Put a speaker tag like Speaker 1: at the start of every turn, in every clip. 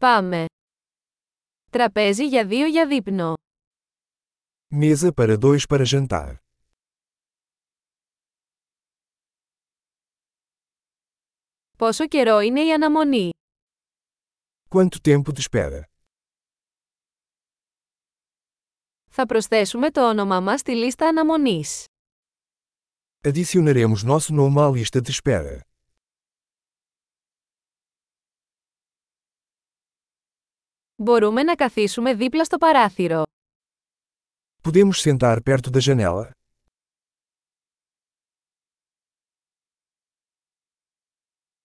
Speaker 1: Πάμε. Τραπέζι για δύο για δείπνο.
Speaker 2: Mesa para dois para jantar.
Speaker 1: Πόσο καιρό είναι η αναμονή.
Speaker 2: Quanto tempo de espera?
Speaker 1: Θα προσθέσουμε το όνομά μας στη λίστα αναμονής.
Speaker 2: Adicionaremos nosso nome à lista de espera.
Speaker 1: Μπορούμε να καθίσουμε δίπλα στο παράθυρο.
Speaker 2: Podemos sentar perto da janela?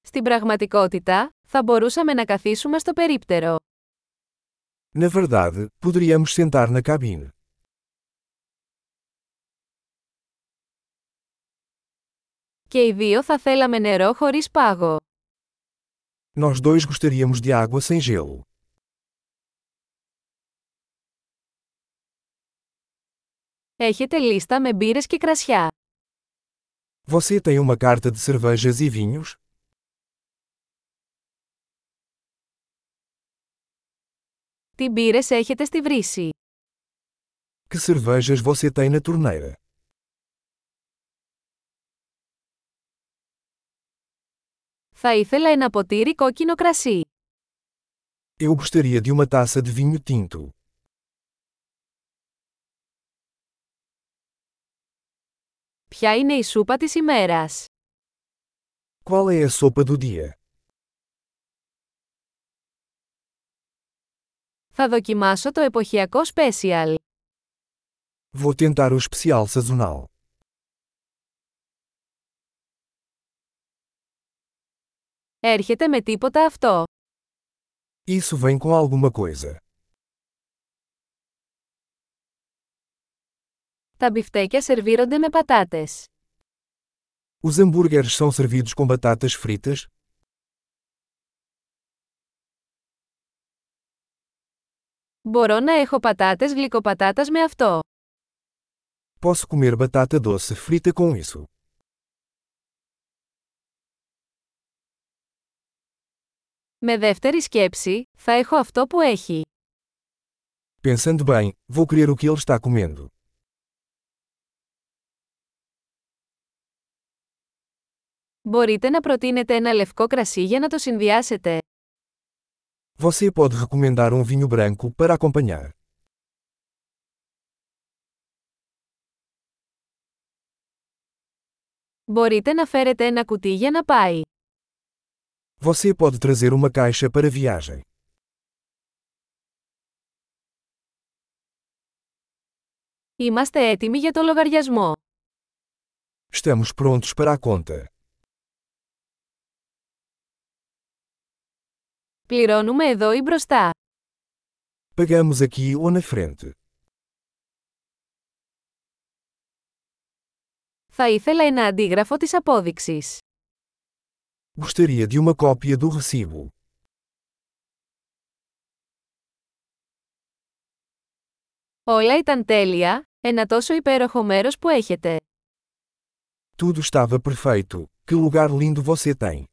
Speaker 1: Στην πραγματικότητα, θα μπορούσαμε να καθίσουμε στο περίπτερο.
Speaker 2: Na verdade, poderíamos sentar na cabine.
Speaker 1: Και οι δύο θα θέλαμε νερό χωρίς πάγο.
Speaker 2: Nós dois gostaríamos de água sem gelo.
Speaker 1: Έχετε λίστα με μπύρες και κρασιά.
Speaker 2: Você tem uma carta de cervejas e vinhos?
Speaker 1: Τι μπύρες έχετε στη βρύση.
Speaker 2: Que cervejas você tem na torneira?
Speaker 1: Θα ήθελα ένα ποτήρι κόκκινο κρασί.
Speaker 2: Eu gostaria de uma taça de vinho tinto.
Speaker 1: Ποια είναι η σούπα της ημέρας.
Speaker 2: Qual é a sopa do dia?
Speaker 1: Θα δοκιμάσω το εποχιακό special.
Speaker 2: Vou tentar o especial sazonal.
Speaker 1: Έρχεται με τίποτα αυτό.
Speaker 2: Isso vem com alguma coisa.
Speaker 1: Τα μπιφτέκια σερβίρονται με πατάτες.
Speaker 2: Os hambúrgueres são servidos com batatas fritas?
Speaker 1: Μπορώ να έχω πατάτες γλυκοπατάτας με αυτό.
Speaker 2: Posso comer batata doce frita com isso.
Speaker 1: Με δεύτερη σκέψη, θα έχω αυτό που έχει.
Speaker 2: Pensando bem, vou querer o que ele está comendo.
Speaker 1: Μπορείτε να προτείνετε ένα λευκό κρασί για να το συνδυάσετε.
Speaker 2: Você pode recomendar um vinho branco para acompanhar.
Speaker 1: Μπορείτε να φέρετε ένα κουτί για να πάει.
Speaker 2: Você pode trazer uma caixa para viagem.
Speaker 1: Είμαστε έτοιμοι για το λογαριασμό.
Speaker 2: Estamos prontos para a conta.
Speaker 1: Πληρώνουμε εδώ ή μπροστά.
Speaker 2: Pagamos aqui ou na frente.
Speaker 1: Θα ήθελα ένα αντίγραφο της απόδειξης.
Speaker 2: Gostaria de uma cópia do recibo.
Speaker 1: Όλα ήταν τέλεια, ένα τόσο υπέροχο μέρος που έχετε.
Speaker 2: Tudo estava perfeito. Que lugar lindo você tem!